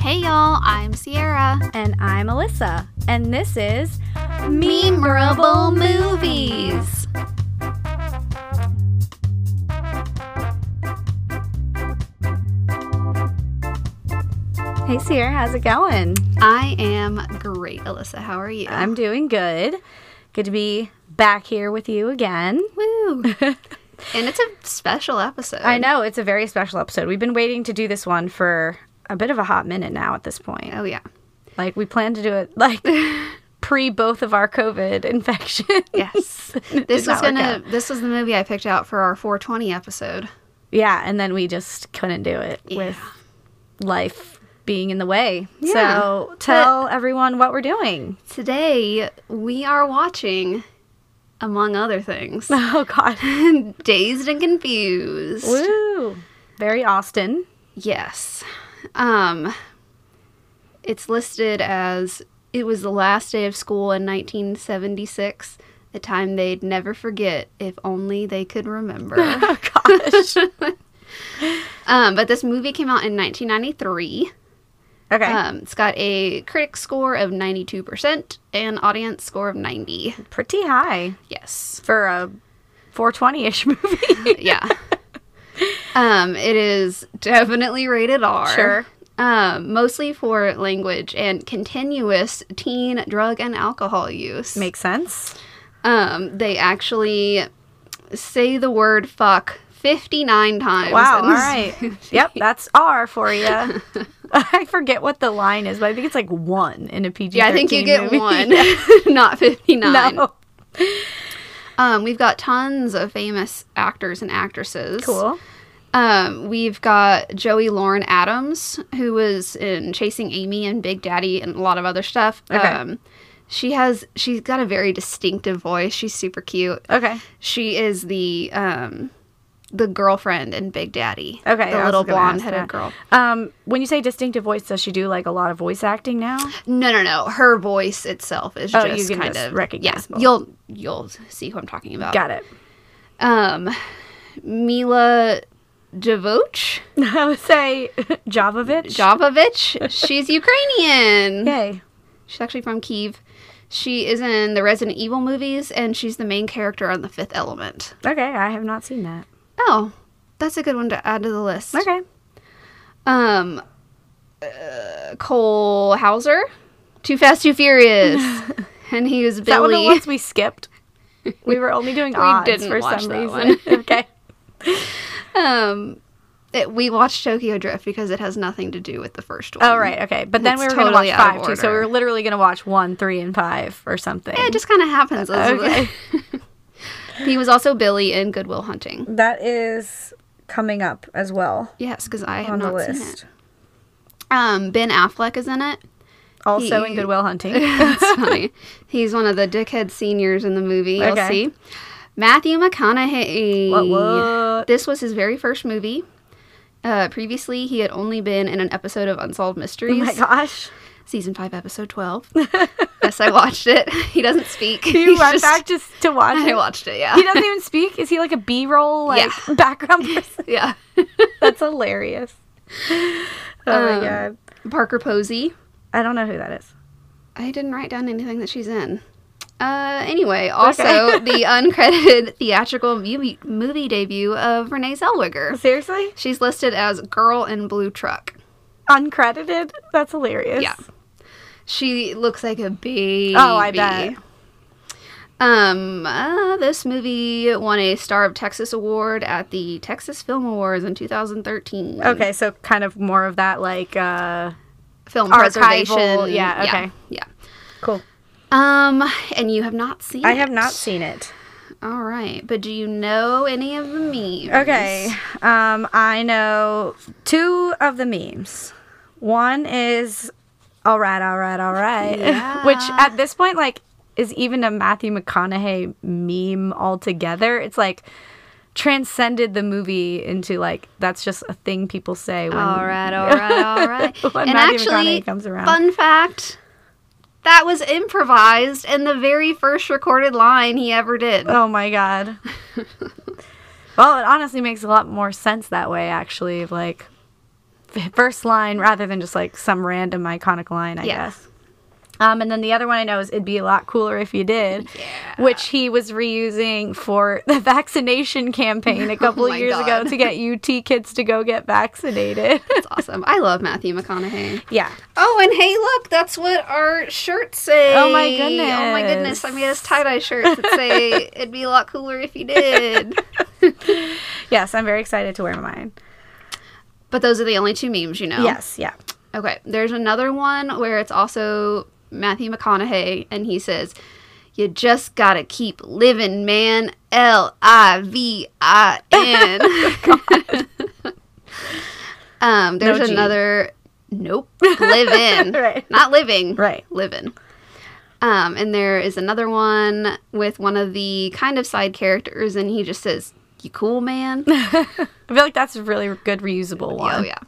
Hey y'all, I'm Sierra. And I'm Alyssa. And this is Memorable Movies. Hey, Sierra, how's it going? I am great, Alyssa. How are you? I'm doing good. Good to be back here with you again. woo. and it's a special episode. I know it's a very special episode. We've been waiting to do this one for a bit of a hot minute now at this point. Oh yeah. Like, we planned to do it like pre both of our COVID infections. Yes. this It did was not work gonna out. this was the movie I picked out for our 420 episode. Yeah, and then we just couldn't do it with life being in the way. Yeah, so but- tell everyone what we're doing. Today we are watching, among other things, Oh God. Dazed and Confused. Woo! Very Austin. Yes. Um it's listed as it was the last day of school in 1976, a time they'd never forget if only they could remember. Oh gosh. okay. um but this movie came out in 1993. Um it's got a critic score of 92% and audience score of 90. Pretty high Yes. for a 420-ish movie. yeah. Um, it is definitely rated R. Sure. Um, mostly for language and continuous teen drug and alcohol use. Makes sense. um, they actually say the word fuck 59 times. Wow. in All this right. Yep, that's R for you. I forget what the line is, but I think it's like one in a PG. Yeah, I think you get movie. one, not 59. No. Um, we've got tons of famous actors and actresses. Cool. Um, we've got Joey Lauren Adams, who was in Chasing Amy and Big Daddy and a lot of other stuff. Okay. Um, she has she's got a very distinctive voice. She's super cute. Okay. She is the um, the girlfriend in Big Daddy. Okay. I the was little gonna ask blonde headed that. girl. Um, when you say distinctive voice, does she do like a lot of voice acting now? No, no, no. Her voice itself is Oh, you just can kind just of recognizable. Yeah, you'll you'll see who I'm talking about. Got it. Um, Mila Jovovich. I would say Jovovich. Jovovich. She's Ukrainian. Yay. She's actually from Kiev. She is in the Resident Evil movies, and she's the main character on The Fifth Element. Okay, I have not seen that. Oh, that's a good one to add to the list. Okay. Um, uh, Cole Hauser, Too Fast, Too Furious, and he was That one of the Billy. ones we skipped. We were only doing odds didn't for watch some that reason. okay. um, it- we watched Tokyo Drift because it has nothing to do with the first one. Oh right, okay. But then It's we were totally gonna watch out of five too. So we order. were literally gonna watch one, three, and five or something. It just kind of happens. Okay. he was also Billy in Goodwill Hunting. that is coming up as well Yes, because I have not seen it. Um, ben Affleck is in it. Also He- in Goodwill Hunting. Oh That's funny. He's one of the dickhead seniors in the movie. You'll Okay. see. Matthew McConaughey. What, what? This was his very first movie. Uh, previously, he had only been in an episode of Unsolved oh Mysteries, my gosh. season five, episode twelve. yes, I watched it. He doesn't speak. You He's went just- back just to watch I it. watched it. Yeah, He doesn't even speak. Is he like a B roll like Yeah. background person? yeah. That's hilarious. Oh my god. Parker Posey. I don't know who that is. I didn't write down anything that she's in. Uh, anyway, also the uncredited theatrical movie, movie debut of Renee Zellweger. Seriously? She's listed as Girl in Blue Truck. Uncredited? That's hilarious. Yeah. She looks like a baby. Oh, I bet. Um, uh, this movie won a Star of Texas Award at the Texas Film Awards in 2013. Okay, so kind of more of that like uh Film Archival, preservation. yeah, okay. Yeah. cool. Um, and you have not seen I have it. not seen it. All right, but do you know any of the memes? Okay. Um I know two of the memes. One is all right, all right, all right. Yeah. Which at this point like is even a Matthew McConaughey meme altogether. It's like transcended the movie into like that's just a thing people say when All right, all right, all right. When and Matthew actually, McConaughey comes around. fun fact that was improvised and the very first recorded line he ever did. Oh my god. well, it honestly makes a lot more sense that way, actually. Of like, first line rather than just like some random iconic line, I Yeah. guess. Um, and then the other one I know is it'd be a lot cooler if you did, which he was reusing for the vaccination campaign a couple Oh my of years ago God. to get UT kids to go get vaccinated. That's awesome. I love Matthew McConaughey. yeah. Oh, and hey, look, that's what our shirts say. Oh, my Oh my goodness. goodness. I made us tie dye shirts that say, it'd be a lot cooler if you did. Yes, I'm very excited to wear mine. But those are the only two memes, you know? Yes, yeah. Okay. There's another one where it's also Matthew McConaughey, and he says, You just gotta keep living, man. L I V I N. Um, there's Oh No G. another. Nope. Live in. Right. Not living. Right. Living. Um, and there is another one with one of the kind of side characters, and he just says, You cool, man? I feel like that's a really good reusable one. oh, yeah.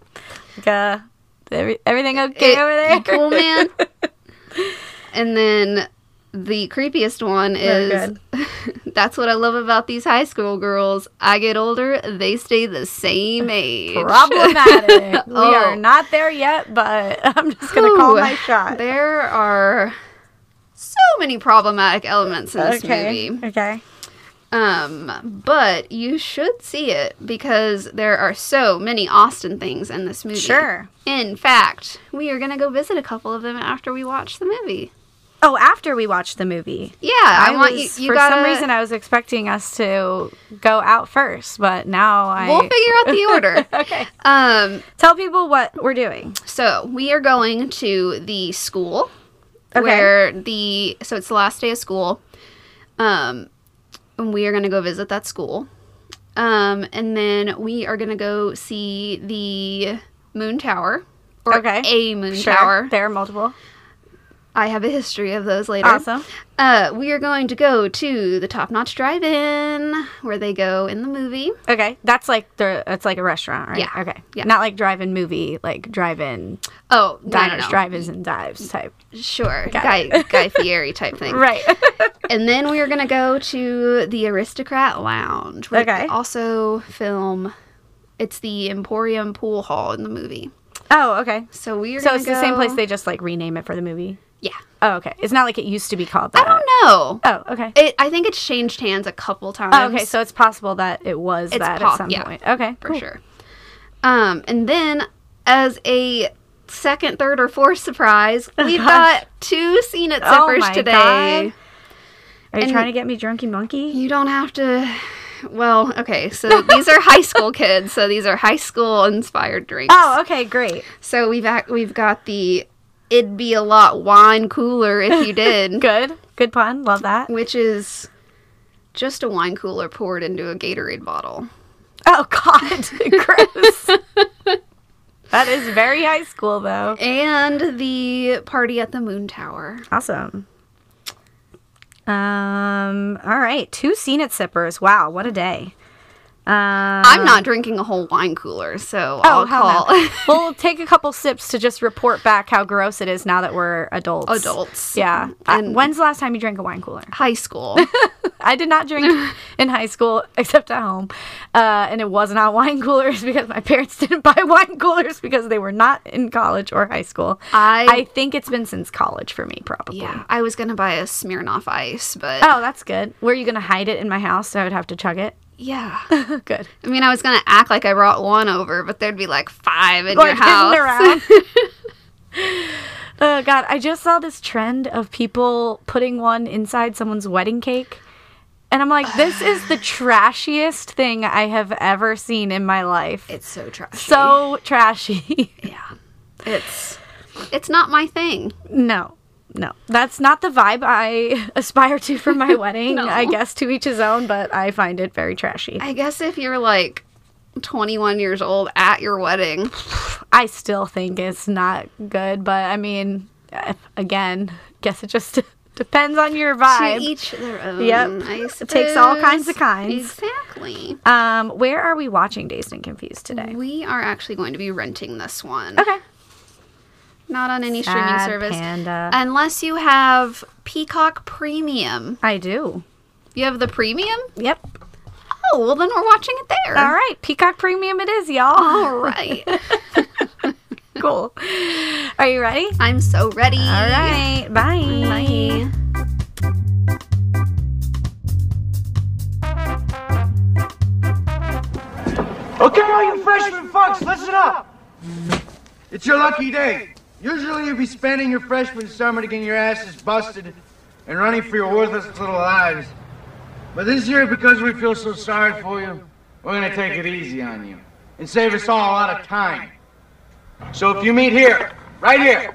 Like, uh, every, everything okay It- over there? you cool, man. and then the creepiest one is that's what I love about these high school girls. I get older, they stay the same age. Problematic. Oh. We are not there yet, but I'm just going to call Ooh, my shot. There are so many problematic elements in this okay. movie. Okay. Um, but you should see it because there are so many Austin things in this movie. Sure. In fact, we are going to go visit a couple of them after we watch the movie. Oh, after we watched the movie. Yeah, I, want was- you. You for got some reason, I was expecting us to go out first, but now I. We'll figure out the order. Okay. Um, Tell people what we're doing. so we are going to the school Okay. where the so it's the last day of school. Um, and we are going to go visit that school. Um, and then we are going to go see the moon tower or Okay. a moon Sure. tower. There are multiple. I have a history of those later. Awesome. Uh, we are going to go to the Top Notch Drive-In where they go in the movie. Okay, that's like the it's like a restaurant, right? Yeah. Okay. Yeah. Not like drive-in movie, like drive-in Oh, no, no, diners, no. drive-ins, and dives type. Sure, Got Guy Guy Fieri type thing. Right. And then we are going to go to the Aristocrat Lounge, where Okay. they also film. It's the Emporium Pool Hall in the movie. oh, okay. So we are. So gonna it's the same go- place. They just like rename it for the movie. Yeah. Oh, okay. It's not like it used to be called I that. don't know. Oh, okay. It. I think it's changed hands a couple times. Oh, okay. So it's possible that it was It's that pos- at some yeah. point. Okay. for cool. sure. Um, and then as a second, third, or fourth surprise, we've got two seen at Oh zippers my today. God. Are you And- trying to get me drunky monkey? You don't have to. Well, okay, so these are high school kids, so these are high school inspired drinks. Oh, okay. Great. So we've ac we've got the it'd be a lot wine cooler if you did, Good. Good pun. Love that. which is just a wine cooler poured into a Gatorade bottle. Oh God. Gross. that is very high school though. And the party at the Moon Tower. Awesome. Um. All right. Two scene at sippers. Wow. What a day. Um, I'm not drinking a whole wine cooler, so I'll hell call no. Oh, we'll take a couple sips to just report back how gross it is now that we're adults. adults. Yeah. I- And when's the last time you drank a wine cooler? high school. I did not drink in high school except at home. Uh, and it was not wine coolers because my parents didn't buy wine coolers because they were not in college or high school. I- I think it's been since college for me, probably. yeah, I was gonna buy a Smirnoff Ice, but Oh, that's good. Were you going to hide it in my house so I would have to chug it? yeah. good. I mean, I was gonna act like I brought one over, but there'd be like five in your Like house. hidden around. oh god, I just saw this trend of people putting one inside someone's wedding cake. And I'm like, this is the trashiest thing I have ever seen in my life. It's so trashy. so trashy. yeah, it's it's not my thing. no. No. That's not the vibe I aspire to for my wedding. No. I guess to each his own, but I find it very trashy. I guess if you're like 21 years old at your wedding, I still think it's not good, but I mean, eh, again, guess it just depends on your to vibe. each their own. Yep. I It takes all kinds of suppose. kinds. Exactly. Um, where are we watching Dazed and Confused today? We are actually going to be renting this one. Okay. Not on any streaming Sad service. Panda. Unless you have Peacock Premium. I do. You have the premium? Yep. Oh, well, then we're watching it there. All right. Peacock Premium it is, y'all. All right. Are you ready? I'm so ready. All right. Bye. Bye. Okay, all you freshman fucks, listen up! It's your lucky day. Usually you'll be spending your freshman summer to get your asses busted and running for your worthless little lives. But this year, because we feel so sorry for you, we're gonna take it easy on you and save us all a lot of time. So if you meet here, right here,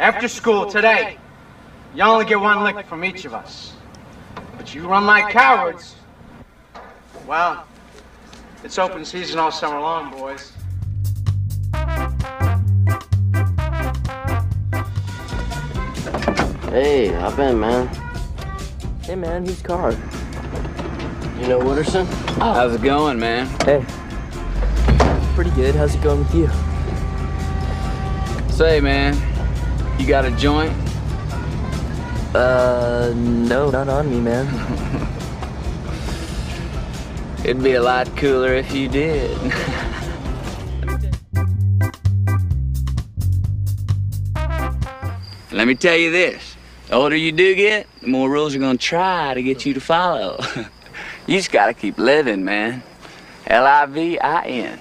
after school today, you only get one lick from each of us. But you run like cowards, well, it's open season all summer long, boys. Hey, hop in, man. Hey man, who's car? You know Wooderson? How's it going, man? Hey. Pretty good. How's it going with you? Say, man, you got a joint? Uh, no, not on me, man. It'd be a lot cooler if you did. Let me tell you this. The older you do get, the more rules are gonna try to get you to follow. you just gotta keep living, man. L I V I N.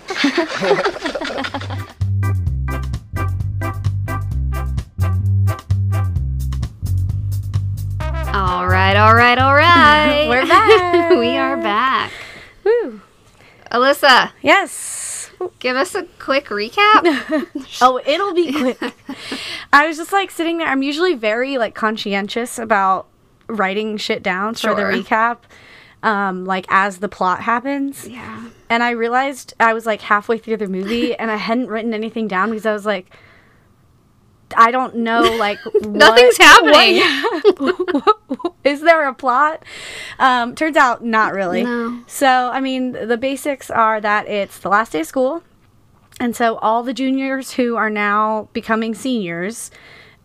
All right, all right, all right. We're back. we are back. Woo. Alyssa, Yes. give us a quick recap. Oh, it'll be quick. I was just like sitting there. I'm usually very like conscientious about writing shit down for the Sure. recap, um, like as the plot happens. yeah. And I realized I was like halfway through the movie and I hadn't written anything down because I was like, I don't know, like what- Nothing's happening. what- is there a plot? Um, turns out, not really. No. So, I mean, the basics are that it's the last day of school, and so all the juniors who are now becoming seniors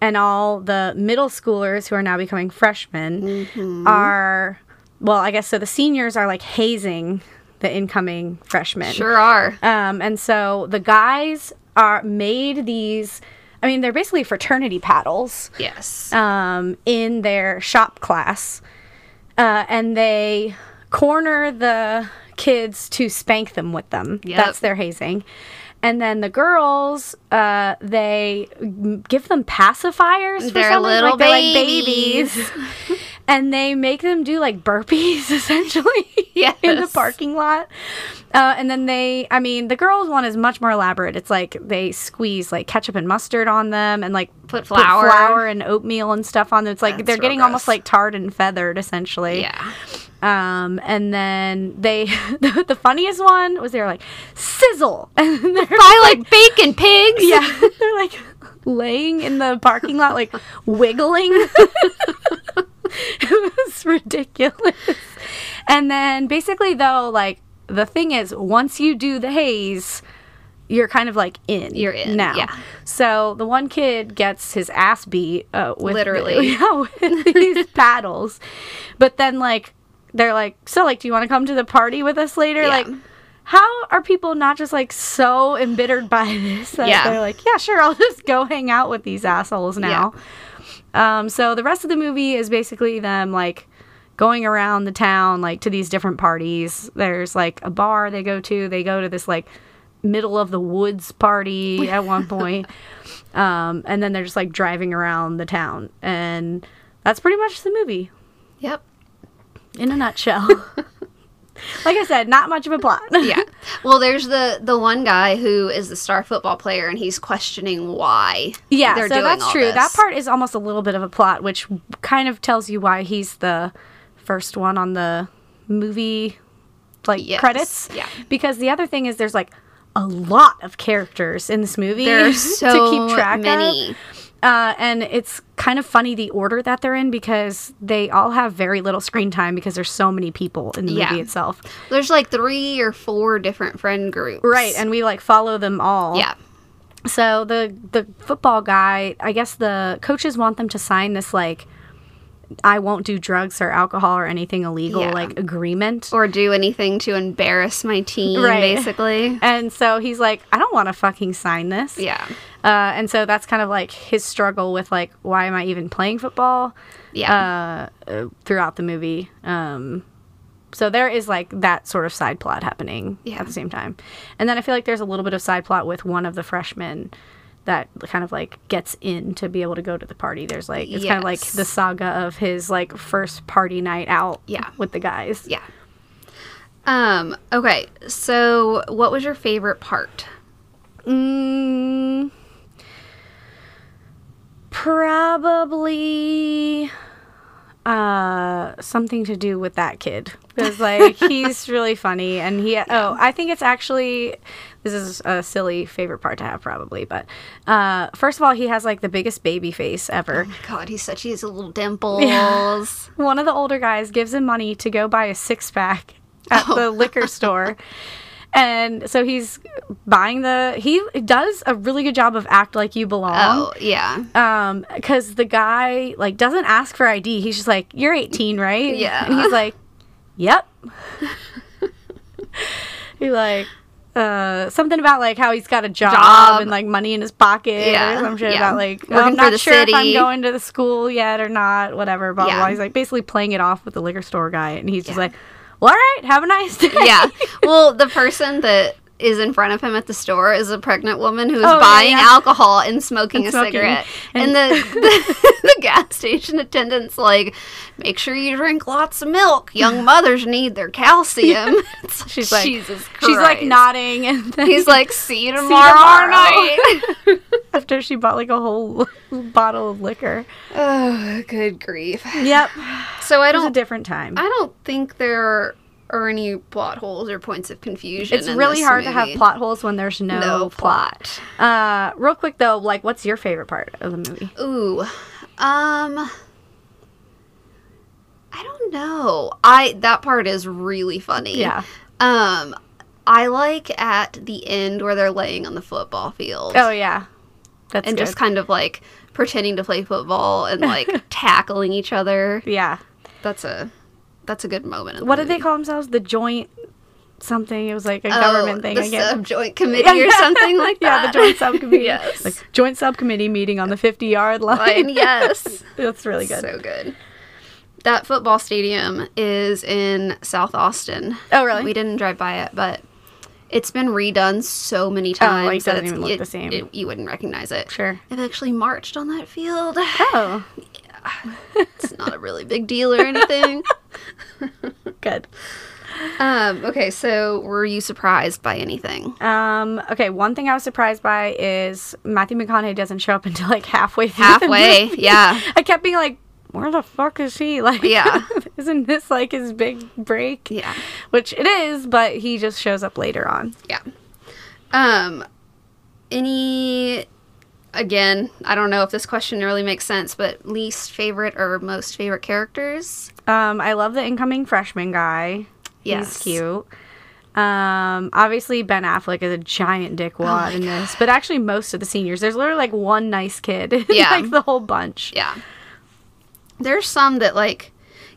and all the middle schoolers who are now becoming freshmen Mm-hmm. are, well, I guess so. The seniors are like hazing the incoming freshmen. Sure are. Um, and so the guys are made these. I mean, they're basically fraternity paddles Yes. um, in their shop class, uh, and they corner the kids to spank them with them. Yep. That's their hazing. And then the girls, uh, they m- give them pacifiers. For They're some reason, little like, they're like babies. babies, and they make them do like burpees essentially in the Yes. parking lot. Uh, and then they, I mean, the girls one is much more elaborate. It's like they squeeze like ketchup and mustard on them and like Put flour. flour and oatmeal and stuff on them. It's like That's they're real getting almost gross. like tarred and feathered essentially. yeah. Um, and then they, the, the funniest one was they were like sizzle, and then they're I like bacon pigs. yeah, they're like laying in the parking lot, like wiggling. it was ridiculous. And then basically, though, like the thing is, once you do the haze, you're kind of like in. You're in, now. yeah. So the one kid gets his ass beat uh, with Literally. yeah, with these paddles. But then, like, they're like, so, like, do you want to come to the party with us later? Yeah. Like, how are people not just like so embittered by this that Yeah. they're like, yeah, sure, I'll just go hang out with these assholes now. Um, so the rest of the movie is basically them like going around the town like to these different parties. There's like a bar they go to. They go to this like middle of the woods party at one point. Um, and then they're just like driving around the town, and that's pretty much the movie Yep. in a nutshell. like I said, not much of a plot. yeah. Well, there's the the one guy who is the star football player, and he's questioning why. Yeah, they're so doing that's all true. That this. part is almost a little bit of a plot, which kind of tells you why he's the first one on the movie like Yes, credits. yeah. Because the other thing is there's like a lot of characters in this movie There are to so keep track of. many. Uh, and it's kind of funny the order that they're in because they all have very little screen time because there's so many people in the Yeah. movie itself. There's like three or four different friend groups. Right, and we like follow them all. yeah. So the the football guy, I guess the coaches want them to sign this like I won't do drugs or alcohol or anything illegal Yeah. like agreement. or do anything to embarrass my team, Right. basically. and so he's like, I don't want to fucking sign this. Yeah. Uh, and so that's kind of like his struggle with like, why am I even playing football? Yeah. uh, uh, throughout the movie. Um, so there is like that sort of side plot happening Yeah. at the same time. And then I feel like there's a little bit of side plot with one of the freshmen that kind of like gets in to be able to go to the party. There's like it's kind of like Yes. the saga of his like first party night out Yeah. with the guys. yeah. Um, okay. So, what was your favorite part? Mm, probably uh something to do with that kid because like he's really funny and he oh i think it's actually this is a silly favorite part to have probably but uh first of all he has like the biggest baby face ever God, he's such, he has little dimples. one of the older guys gives him money to go buy a six pack at the liquor store. And so he's buying the he does a really good job of act like you belong. Oh, yeah. Um, 'cause cuz the guy like doesn't ask for ID. He's just like, "You're 18, right?" Yeah. And he's like, "Yep." he like uh, something about like how he's got a job, Job. and like money in his pocket Yeah, or some shit yeah. about like oh, Working I'm for not the sure if I'm city. going to the school yet or not, whatever, blah, blah, Yeah. blah. He's like basically playing it off with the liquor store guy. And he's just Yeah. like, well, all right, have a nice day. yeah. Well, the person that is in front of him at the store is a pregnant woman who is Oh, yeah, buying yeah. alcohol and smoking And a smoking. cigarette. And- And, the, the the gas station attendant's like, "Make sure you drink lots of milk. Young mothers need their calcium." It's She's like, Jesus Christ. she's like nodding. And then He's like, "See you tomorrow, tomorrow." night." after she bought like a whole bottle of liquor. oh, good grief. Yep. It So I was a don't different time. I don't think there are any plot holes or points of confusion. It's in really this hard to have movie. plot holes when there's no, No plot. Uh, real quick though, like, what's your favorite part of the movie? Ooh. Um I don't know. I that part is really funny. Yeah. Um I like at the end where they're laying on the football field Oh yeah, that's and good. just kind of like pretending to play football and like tackling each other. yeah. That's a that's a good moment. in the What did they movie. call themselves? The joint something. It was like a Oh, government thing. The I guess. sub joint committee or something like yeah, that. the joint subcommittee. Yes. Like joint subcommittee meeting on the 50 yard Fine, line. yes. That's really good. So good. That football stadium is in South Austin. Oh, really? We didn't drive by it, but it's been redone so many Oh, times like, that doesn't it's, even look it- the same. it- you wouldn't recognize it. Sure. I've actually marched on that field. Oh, It's not a really big deal or anything. good. um, okay, so were you surprised by anything? Um, okay, one thing I was surprised by is Matthew McConaughey doesn't show up until like halfway through. the Halfway, movie. yeah. I kept being like, where the fuck is he? Like, Yeah. isn't this like his big break? Yeah. Which it is, but he just shows up later on. Yeah. Um any again, I don't know if this question really makes sense, but least favorite or most favorite characters? Um, I love the incoming freshman guy. Yes. He's cute. Um, obviously Ben Affleck is a giant Oh dickwad in this, but actually most of the seniors. There's literally like one nice kid. in, Yeah. like the whole bunch. Yeah. There's some that like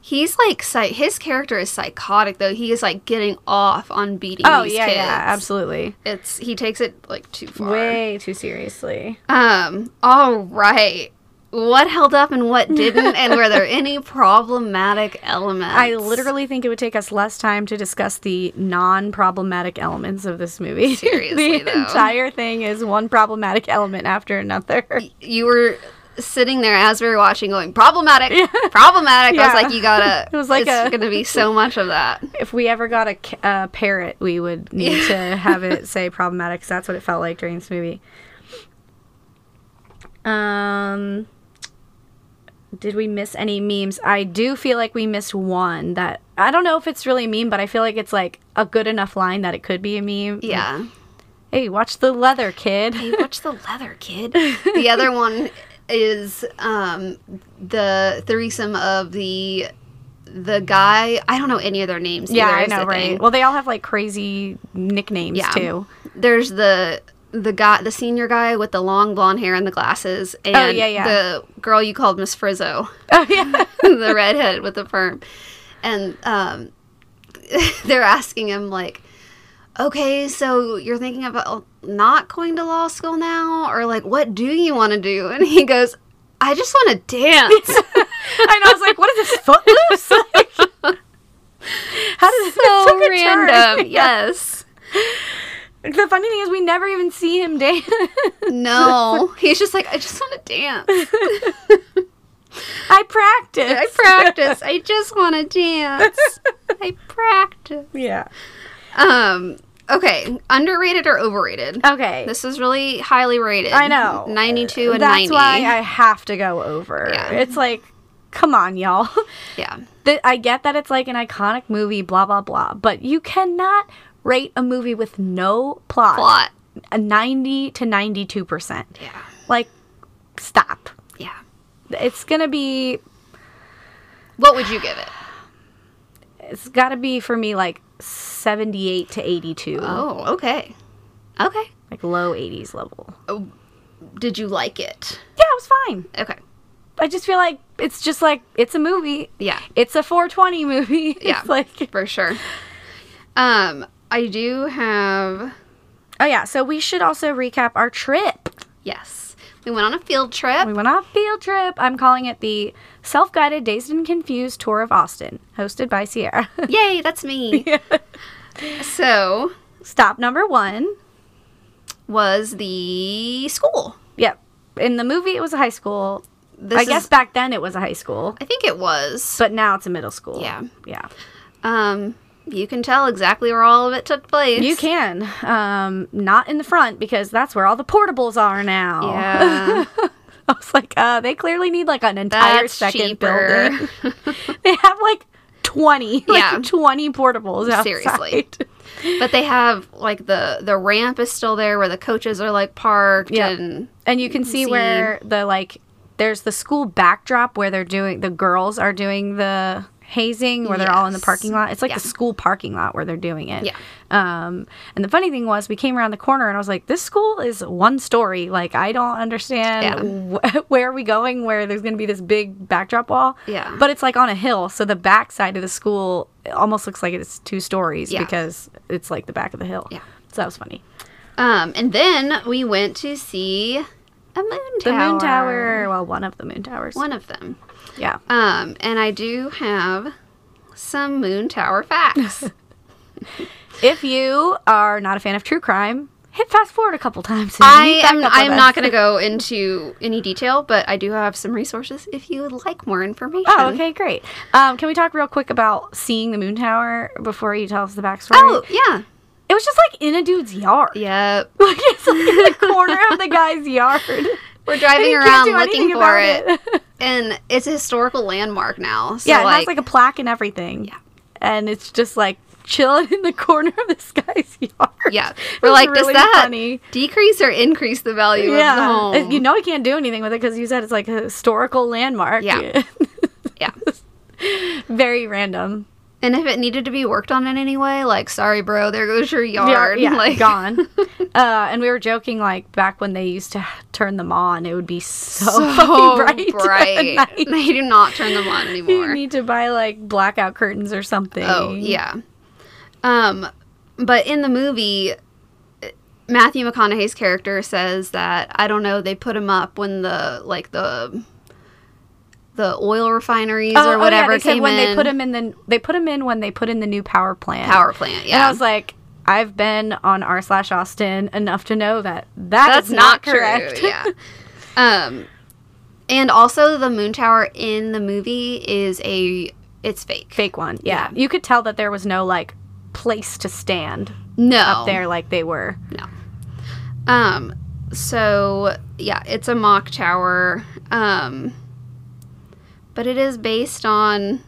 he's like psych- his character is psychotic though. He is like getting off on beating Oh these yeah, kids. yeah, absolutely. It's he takes it like too far. Way too seriously. Um all right. What held up and what didn't and were there any problematic elements? I literally think it would take us less time to discuss the non-problematic elements of this movie. Seriously, the though. entire thing is one problematic element after another. you were sitting there as we were watching going problematic problematic i Yeah. was like you gotta It was like it's a- gonna be so much of that If we ever got a c- a parrot, we would need to have it say problematic because that's what it felt like during this movie. Um, did we miss any memes? I do feel like we missed one that I don't know if it's really a meme, but I feel like it's like a good enough line that it could be a meme. yeah Hey, watch the leather, kid. hey watch the leather kid the other one is um the threesome of the the guy i don't know any of their names Yeah, either, I is the know, right? thing. Well, they all have like crazy nicknames Yeah. too. there's the the guy, the senior guy with the long blonde hair and the glasses, and Oh, yeah, yeah. the girl you called Miss Frizzo, Oh yeah. the redhead with the perm, and um, they're asking him like, "Okay, so you're thinking about not going to law school now, or like, what do you want to do?" And he goes, "I just want to dance." and I was like, what is this footloose? Like, how did it so took a turn. random. Yes. The funny thing is, we never even see him dance. No. He's just like, I just want to dance. I practice. I practice. I just want to dance. I practice. yeah. Um. Okay. Underrated or overrated? Okay. This is really highly rated. I know. Ninety-two and That's ninety. why I have to go over. Yeah. It's like, come on, y'all. yeah. That I get that it's like an iconic movie, blah blah blah, but you cannot rate a movie with no plot. Plot. A ninety to ninety-two percent. Yeah. Like, stop. Yeah. It's gonna be. What would you give it? It's gotta be for me like seventy-eight to eighty-two. Oh. Okay. Okay. Like low eighties level. Did you like it? Yeah, it was fine. Okay. I just feel like it's just like it's a movie. Yeah. It's a 420 movie. It's Yeah. like For sure. Um. I do have. Oh yeah, so we should also recap our trip. Yes. We went on a field trip. We went on a field trip. I'm calling it the self-guided dazed and confused tour of Austin, hosted by Sierra. Yay, that's me. So Stop number 1. was the school. Yep. In the movie it was a high school. This I guess is- back then it was a high school, I think it was. but now it's a middle school. Yeah. Yeah. Um, you can tell exactly where all of it took place. You can. Um not in the front because that's where all the portables are now. Yeah, I was like, uh, they clearly need like an entire that's second cheaper. building. they have like 20 like Yeah. 20 portables outside. Seriously. but they have like the the ramp is still there where the coaches are like parked Yep. and and you can see, where the like there's the school backdrop where they're doing the girls are doing the hazing where they're all in the Yes. parking lot it's like Yeah. the school parking lot where they're doing it Yeah. um and the funny thing was we came around the corner and i was like this school is one story like i don't understand wh- where are we going where there's going to be this big backdrop wall Yeah. but it's like on a hill so the back side of the school almost looks like it's two stories Yeah. because it's like the back of the hill Yeah. so that was funny um and then we went to see a moon the tower. moon tower well one of the moon towers One of them. yeah Um, and I do have some moon tower facts. If you are not a fan of true crime, hit fast forward a couple times. and I meet back am up with I'm us. not going to go into any detail, but I do have some resources if you would like more information. Oh, okay, great. Um, can we talk real quick about seeing the moon tower before you tell us the backstory? Oh, yeah. it was just like in a dude's yard. Yep. Like it's like in the corner of the guy's yard. We're And driving you around can't do looking anything for about it. and it's a historical landmark now. So yeah, it like, has like a plaque and everything. Yeah, and it's just like chilling in the corner of this guy's yard. yeah. It We're was like, really does that funny. decrease or increase the value of the Yeah, home? you know he can't do anything with it because you said it's like a historical landmark. Yeah. yeah. very random. And if it needed to be worked on in any way, like, sorry, bro, there goes your yard. Yeah, yeah, like, gone. uh, and we were joking like back when they used to turn them on, it would be so, So fucking bright. bright. at night. They do not turn them on You anymore. need to buy like blackout curtains or something. Oh yeah. Um, but in the movie, Matthew McConaughey's character says that I don't know. They put him up when the like the the oil refineries Oh, oh, or whatever yeah, they said came when in. they put him in the they put him in when they put in the new power plant. power plant. Yeah, And I was like, I've been on r slash Austin enough to know that that that's is not, correct. true. Yeah. um, and also the moon tower in the movie is a it's fake. Fake one. Yeah. you could tell that there was no like place to stand No, there like they were. Um, so yeah, it's a mock tower. Um, but it is based on.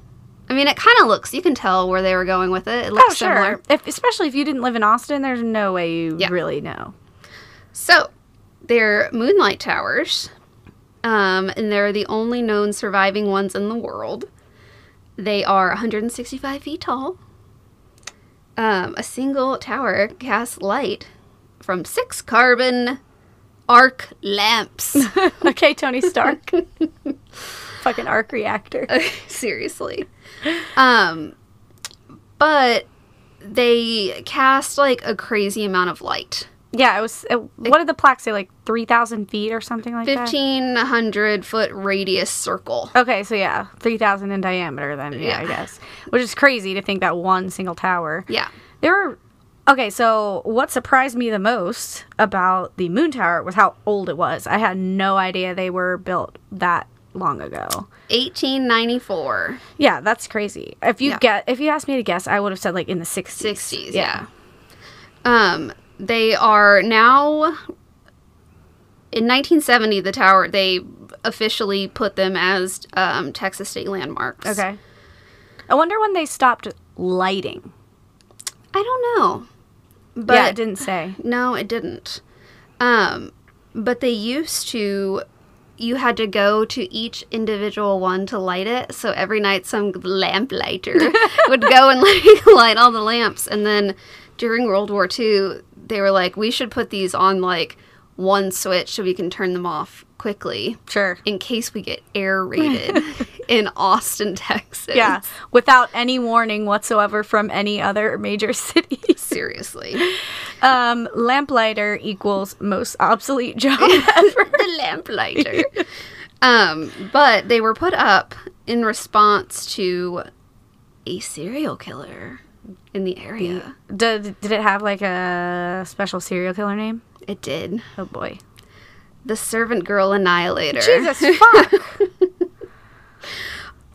I mean, it kind of looks. You can tell where they were going with it. It looks similar. Oh, If, especially if you didn't live in Austin, there's no way you Yeah. really know. So they're moonlight towers, um, and they're the only known surviving ones in the world. They are 165 feet tall. Um, a single tower casts light from six carbon arc lamps. okay, Tony Stark. Fucking arc reactor. Uh, Seriously. Um, but they cast like a crazy amount of light. Yeah, it was. It, what did the plaque say? Like three thousand feet or something like that. 1500 foot radius circle. Okay, so yeah, three thousand in diameter. Then yeah, I Yeah. guess, which is crazy to think that one single tower. Yeah. There were. Okay, so what surprised me the most about the moon tower was how old it was. I had no idea they were built that long ago. 1894. Yeah, that's crazy. If you Yeah. get if you asked me to guess, I would have said like in the 60s. 60s, yeah. Um, they are now in 1970 the tower they officially put them as um, Texas state landmarks. Okay. I wonder when they stopped lighting. I don't know. But But yeah, it didn't say. No, it didn't. Um, but they used to. You had to go to each individual one to light it. So every night, some lamplighter would go and like light all the lamps. And then during World War II, they were like, we should put these on like one switch so we can turn them off quickly Sure. in case we get air raided in Austin, Texas. Yeah, without any warning whatsoever from any other major cities. Seriously. Um, lamplighter equals most obsolete job ever. the lamplighter. um, but they were put up in response to a serial killer in the area. Did, did it have like a special serial killer name? It did. Oh boy. The servant girl annihilator. Jesus fuck.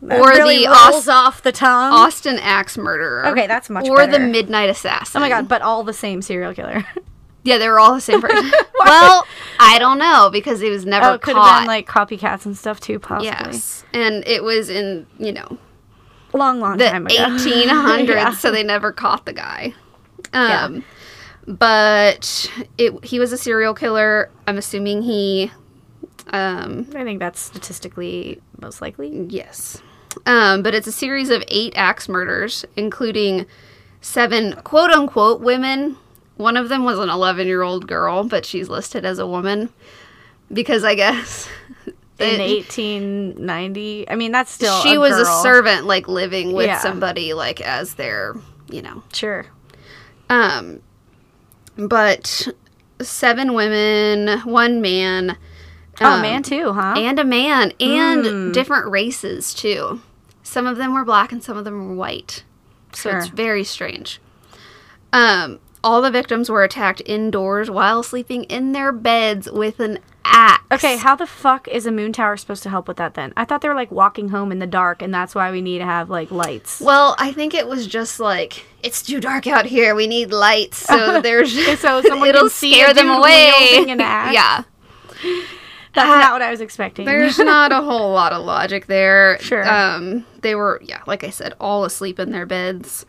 That Or really the Aus- rolls off the tongue. Austin axe murderer. Okay, that's much Or the better. midnight assassin. oh my god, but all the same serial killer. Yeah, they were all the same person. well, I don't know because it was never oh, it could have caught. been like copycats and stuff too, possibly. yes, and it was in you know Long, long the time ago. 1800s, Yeah. so they never caught the guy. Um, But it, he was a serial killer. I'm assuming he, um, I think that's statistically most likely. yes. Um, but it's a series of eight axe murders, including seven quote unquote women. One of them was an 11 year old girl, but she's listed as a woman because I guess it- In 1890. I mean, that's still. she was a girl. servant, like living with Yeah. somebody, like as their, you know, Sure. Um, but seven women, one man. oh, um, man, Hmm. too, huh? And a man, and different races, too. Some of them were black and some of them were white. So it's Sure. very strange. Um, all the victims were attacked indoors while sleeping in their beds with an axe. okay, how the fuck is a moon tower supposed to help with that then? I thought they were like walking home in the dark, and that's why we need to have like lights. Well, I think it was just like it's too dark out here. We need lights, so there's So someone it'll can see a scare them dude away. wielding an axe. Yeah, That's not what I was expecting. There's not a whole lot of logic there. Sure. Um, they were, yeah, like I said, all asleep in their beds.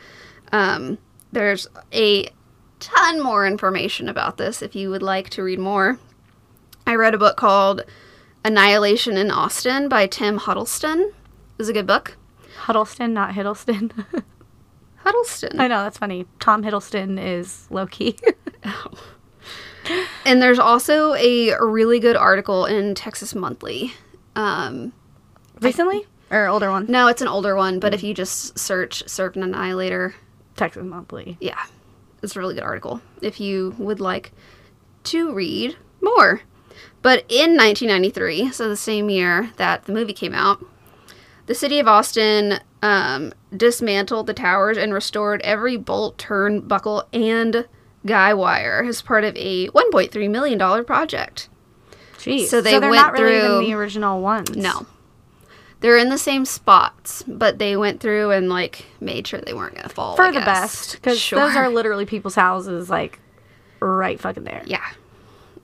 Um, there's a ton more information about this if you would like to read more. I read a book called Annihilation in Austin by Tim Huddleston. It was a good book. Huddleston, not Hiddleston. I Huddleston. know, that's funny. Tom Hiddleston is low key. And there's also a really good article in Texas Monthly. Um, Recently? Or older one? no, it's an older one, but if you just search Serpent Annihilator, Texas Monthly. yeah, it's a really good article if you would like to read more. But in 1993, so the same year that the movie came out, the city of Austin um, dismantled the towers and restored every bolt, turn, buckle, and guy wire as part of a $1.3 million project. Jeez. So they are went not really even through- the original ones. No. They're in the same spots, but they went through and like made sure they weren't gonna fall. for I the guess. best because those are literally people's houses like right fucking there Yeah.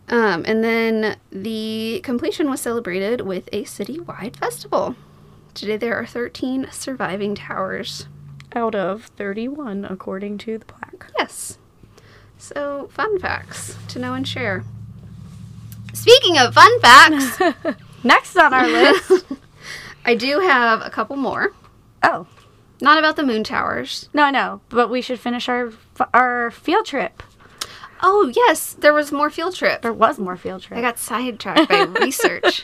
Um, and then the completion was celebrated with a citywide festival. Today there are 13 surviving towers. out of 31 according to the plaque Yes. So, fun facts to know and share. Speaking of fun facts, next on our list I do have a couple more. oh Not about the moon towers. no no but we should finish our f- our field trip Oh, yes, there was more field trip. There was more field trip. I got sidetracked by research.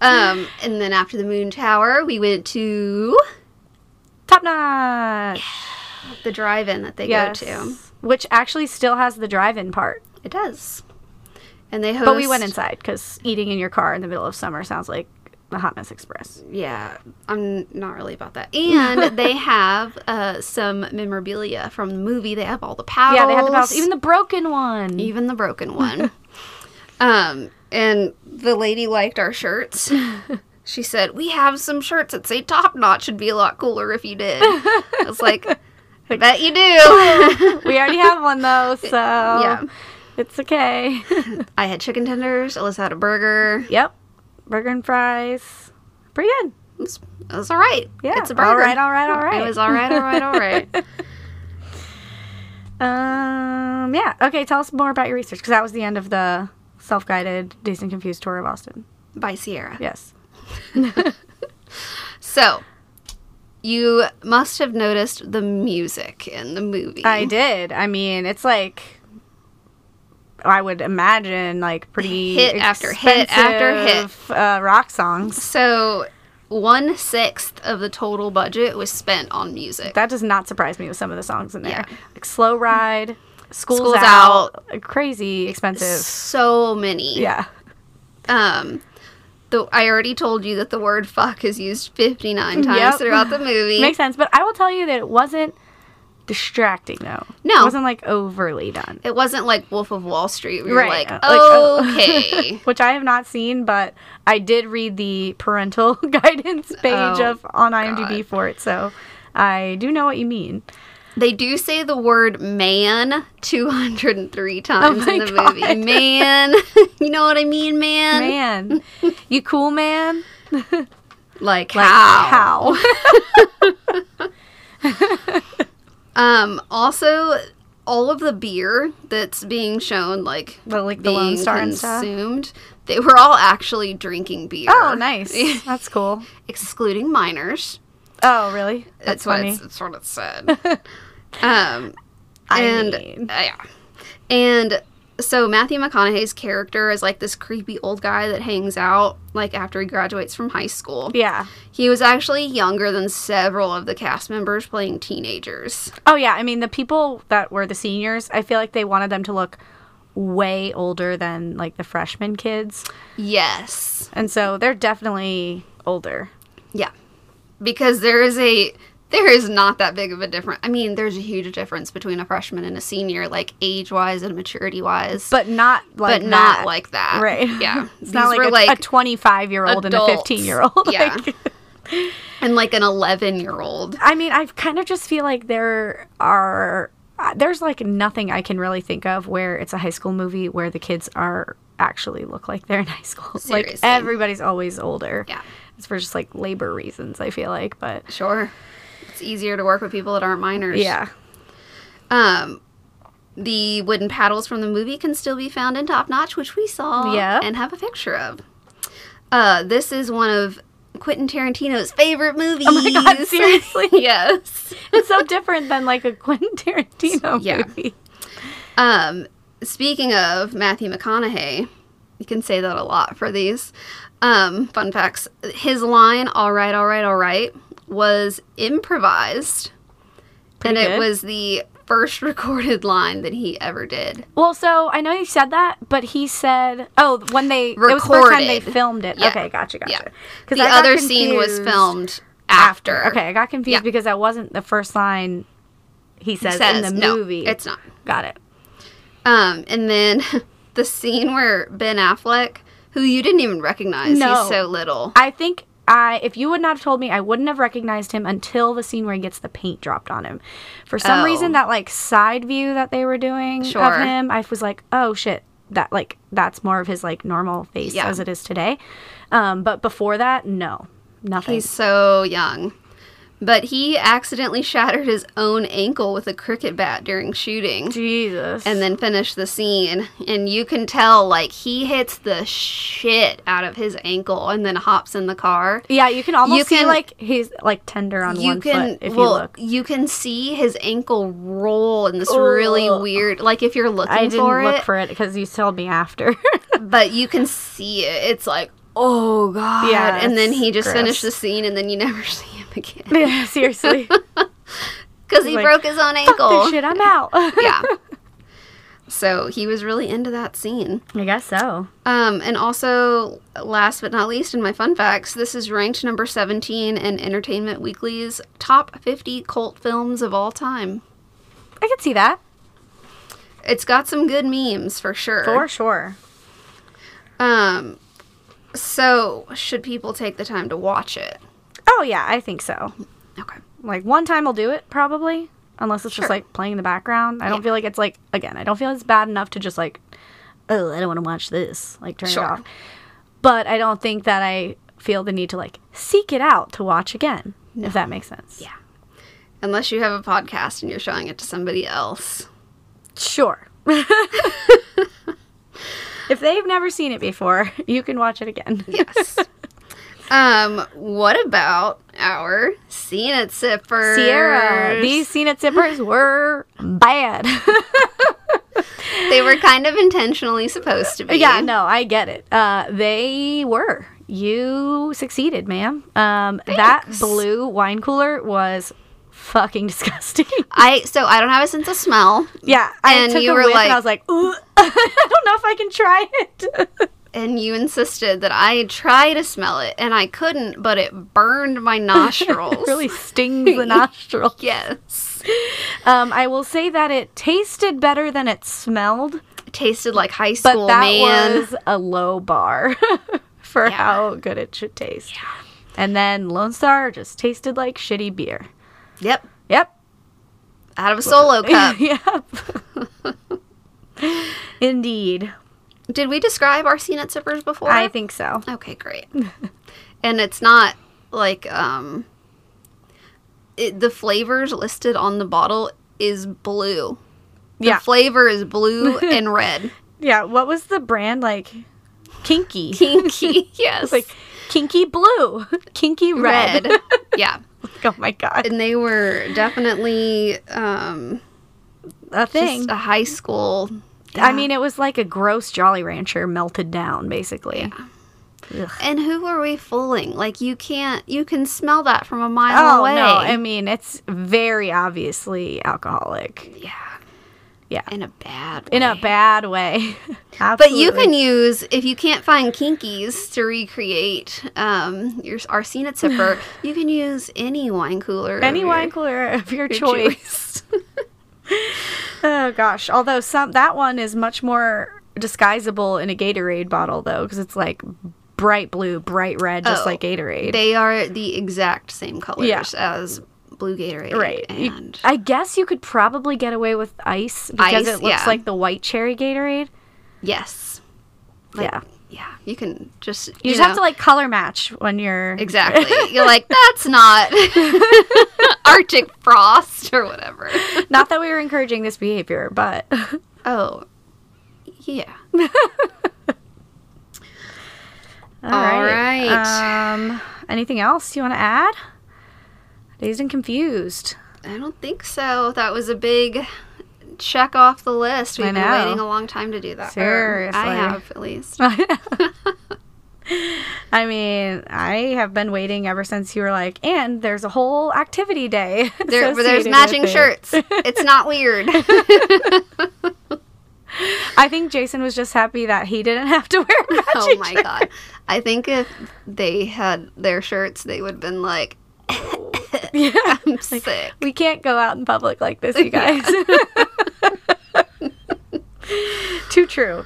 Um, and then after the moon tower, we went to Top notch. the drive-in that they Yes. go to. Which actually still has the drive-in part, It does. And they host. but we went inside because eating in your car in the middle of summer sounds like the hot mess express. Yeah, I'm not really about that. And they have uh, some memorabilia from the movie. They have all the paddles. Yeah, they had the palace, even the broken one. even the broken one. um, and the lady liked our shirts. She said, "We have some shirts that say top knot. Should be a lot cooler if you did." I was like, "I bet you do." we already have one though, so yeah, it's okay. I had chicken tenders. Alyssa had a burger. yep, burger and fries, pretty good. It was, it was all right. Yeah, it's a burger. all right, all right, all right. It was all right. All right. All right. Um, yeah. Okay, tell us more about your research because that was the end of the self-guided Dazed and Confused tour of Austin. By Sierra. Yes. So, you must have noticed the music in the movie. I did. I mean, it's like I would imagine like pretty Hit after hit after hit. expensive, uh, rock songs. So, one sixth of the total budget was spent on music. That does not surprise me with some of the songs in there. Yeah. Like Slow Ride, School's, School's out, crazy expensive. so many. Yeah. Um, the, I already told you that the word fuck is used 59 times Mm, Yep. throughout the movie. Makes sense, but I will tell you that it wasn't distracting though. No. It wasn't like overly done. it wasn't like Wolf of Wall Street where Right. you're Like, like, oh. okay. which I have not seen, but I did read the parental guidance page Oh, of on IMDb for it, so I do know what you mean. They do say the word man 203 times Oh my in the God. movie. Man. you know what I mean, man? Man, you cool, man? Like, Like, how? How? Um, also, all of the beer that's being shown, like, The, like the being Lone Star and stuff. consumed, they were all actually drinking beer. Oh, nice. That's cool. Excluding minors. Oh, really? That's what funny. it's, that's what it said. um, I and mean. uh, yeah, and so Matthew McConaughey's character is like this creepy old guy that hangs out like after he graduates from high school. Yeah. He was actually younger than several of the cast members playing teenagers. Oh, yeah. I mean, the people that were the seniors, I feel like they wanted them to look way older than like the freshman kids, Yes. and so they're definitely older. Yeah. Because there is a there is not that big of a difference. I mean, there's a huge difference between a freshman and a senior, like age wise and maturity wise, but not like but not that. like that. right Yeah. it's not like, a, a 25 year old and a adults. 15 year old Yeah. and like an 11 year old. i mean i kind of just feel like there are uh, there's like nothing i can really think of where it's a high school movie where the kids are actually look like they're in high school like Seriously. everybody's always older Yeah. it's for just like labor reasons i feel like but Sure. It's easier to work with people that aren't minors. yeah Um, the wooden paddles from the movie can still be found in Top Notch, which we saw Yeah. and have a picture of. Uh, this is one of Quentin Tarantino's favorite movies. Oh my God, seriously? yes. it's so different than like a quentin tarantino Yeah. movie Um, speaking of Matthew McConaughey, you can say that a lot for these. Um, fun facts. His line, all right, all right, all right, was improvised. Pretty and good. it was the first recorded line that he ever did. Well, so I know you said that, but he said, "Oh, when they it was the first time they Recorded. filmed it." Yeah. Okay, gotcha, gotcha. Yeah. Because the other scene was filmed after. Okay, I got confused Yeah. because that wasn't the first line he It says, says, in the no, movie. It's not. got it. Um, and then the scene where Ben Affleck, who you didn't even recognize, No. he's so little. I think I if you would not have told me, I wouldn't have recognized him until the scene where he gets the paint dropped on him. For some Oh. reason, that like side view that they were doing Sure. of him, I was like, "Oh shit." That like that's more of his like normal face Yeah. as it is today, um, but before that, no, nothing. He's so young. But he accidentally shattered his own ankle with a cricket bat during shooting Jesus. and then finished the scene. And you can tell, like, he hits the shit out of his ankle and then hops in the car. yeah, you can almost You see can- like he's like tender on one foot if you look. you can see his ankle roll in this really Ugh. weird like if you're looking I didn't for look it for it because you told me after. but you can see it it's like oh god Yeah, and then it's he just finished the gross. scene and then you never see him again yeah, seriously. because he like, broke his own Fuck ankle this shit, I'm out. yeah so he was really into that scene I guess so. Um, and also, last but not least, in my fun facts, this is ranked number 17 in Entertainment Weekly's top 50 cult films of all time. I could see that It's got some good memes for sure. for sure. Um, so should people take the time to watch it? Oh yeah, I think so. Okay. Like one time will do it probably, unless it's just Sure. like playing in the background. I don't Yeah. feel like it's like again. I don't feel it's bad enough to just like, oh, I don't want to watch this. Like turn Sure. it off. But I don't think that I feel the need to like seek it out to watch again. If that makes sense. Yeah. Unless you have a podcast and you're showing it to somebody else. Sure. if they've never seen it before, you can watch it again. Yes. um, what about our scene at Sipper? Sierra, these Cena zippers were bad. they were kind of intentionally supposed to be. yeah, no, I get it. Uh, they were. You succeeded, ma'am. Um, that Thanks. blue wine cooler was fucking disgusting. I so I don't have a sense of smell, yeah, I And took you a were whiff like- and I was like, "Ooh, I don't know if I can try it." and you insisted that I try to smell it, and I couldn't, but it burned my nostrils. it really stings the nostril. Yes. Um, I will say that it tasted better than it smelled, It tasted like high but school that man. was a low bar for Yeah. how good it should taste. And then Lone Star just tasted like shitty beer. Yep. Yep. Out of a solo cup. yep. Indeed. Did we describe our CNET zippers before? I think so. Okay, great. and it's not like um it, the flavors listed on the bottle is blue. The Yeah. flavor is blue and red. Yeah. What was the brand like? Kinky. Kinky. yes. like kinky blue, kinky red. red. yeah. Like, oh my god. and they were definitely um A thing. just a high school I mean, it was like a gross Jolly Rancher melted down, basically. and who were we fooling like you can't you can smell that from a mile Oh away no! I mean, it's very obviously alcoholic yeah Yeah. in a bad way. in a bad way. but you can Absolutely. use if you can't find kinkies to recreate um your arsena tipper you can use any wine cooler any of wine your- cooler of your, your choice. Oh gosh! Although some that one is much more disguisable in a Gatorade bottle though, because it's like bright blue, bright red, just Oh, like Gatorade. they are the exact same colors Yeah. as blue gatorade right. You- and I guess you could probably get away with ice because Ice, it looks yeah. like the white cherry Gatorade. yes yeah, yeah you can just you, you, just know. have to like color match when you're Exactly. You're like, that's not Arctic frost or whatever. Not that we were encouraging this behavior, but Oh, yeah. All right. Um, anything else you want to add? Dazed and confused. I don't think so. That was a big check off the list. We've I been know. waiting a long time to do that. Or I Seriously. have, at least. I mean, I have been waiting ever since you were like, and there's a whole activity day. There, associated there's with matching it." shirts. It's not weird. Oh I think Jason was just happy that he didn't have to wear a matching oh my shirt. god. I think if they had their shirts, they would have been like, Yeah. I'm sick. We can't go out in public like this, you guys. Too true.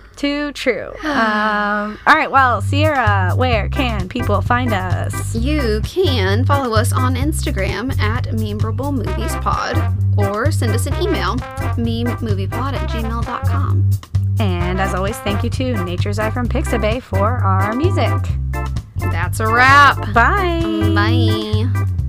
Too true. Um, all right. Well, Sierra, where can people find us? You can follow us on Instagram at Memorable Movies Pod or send us an email, mememoviepod at gmail.com. And as always, thank you to Nature's Eye from Pixabay for our music. That's a wrap. Bye. Bye.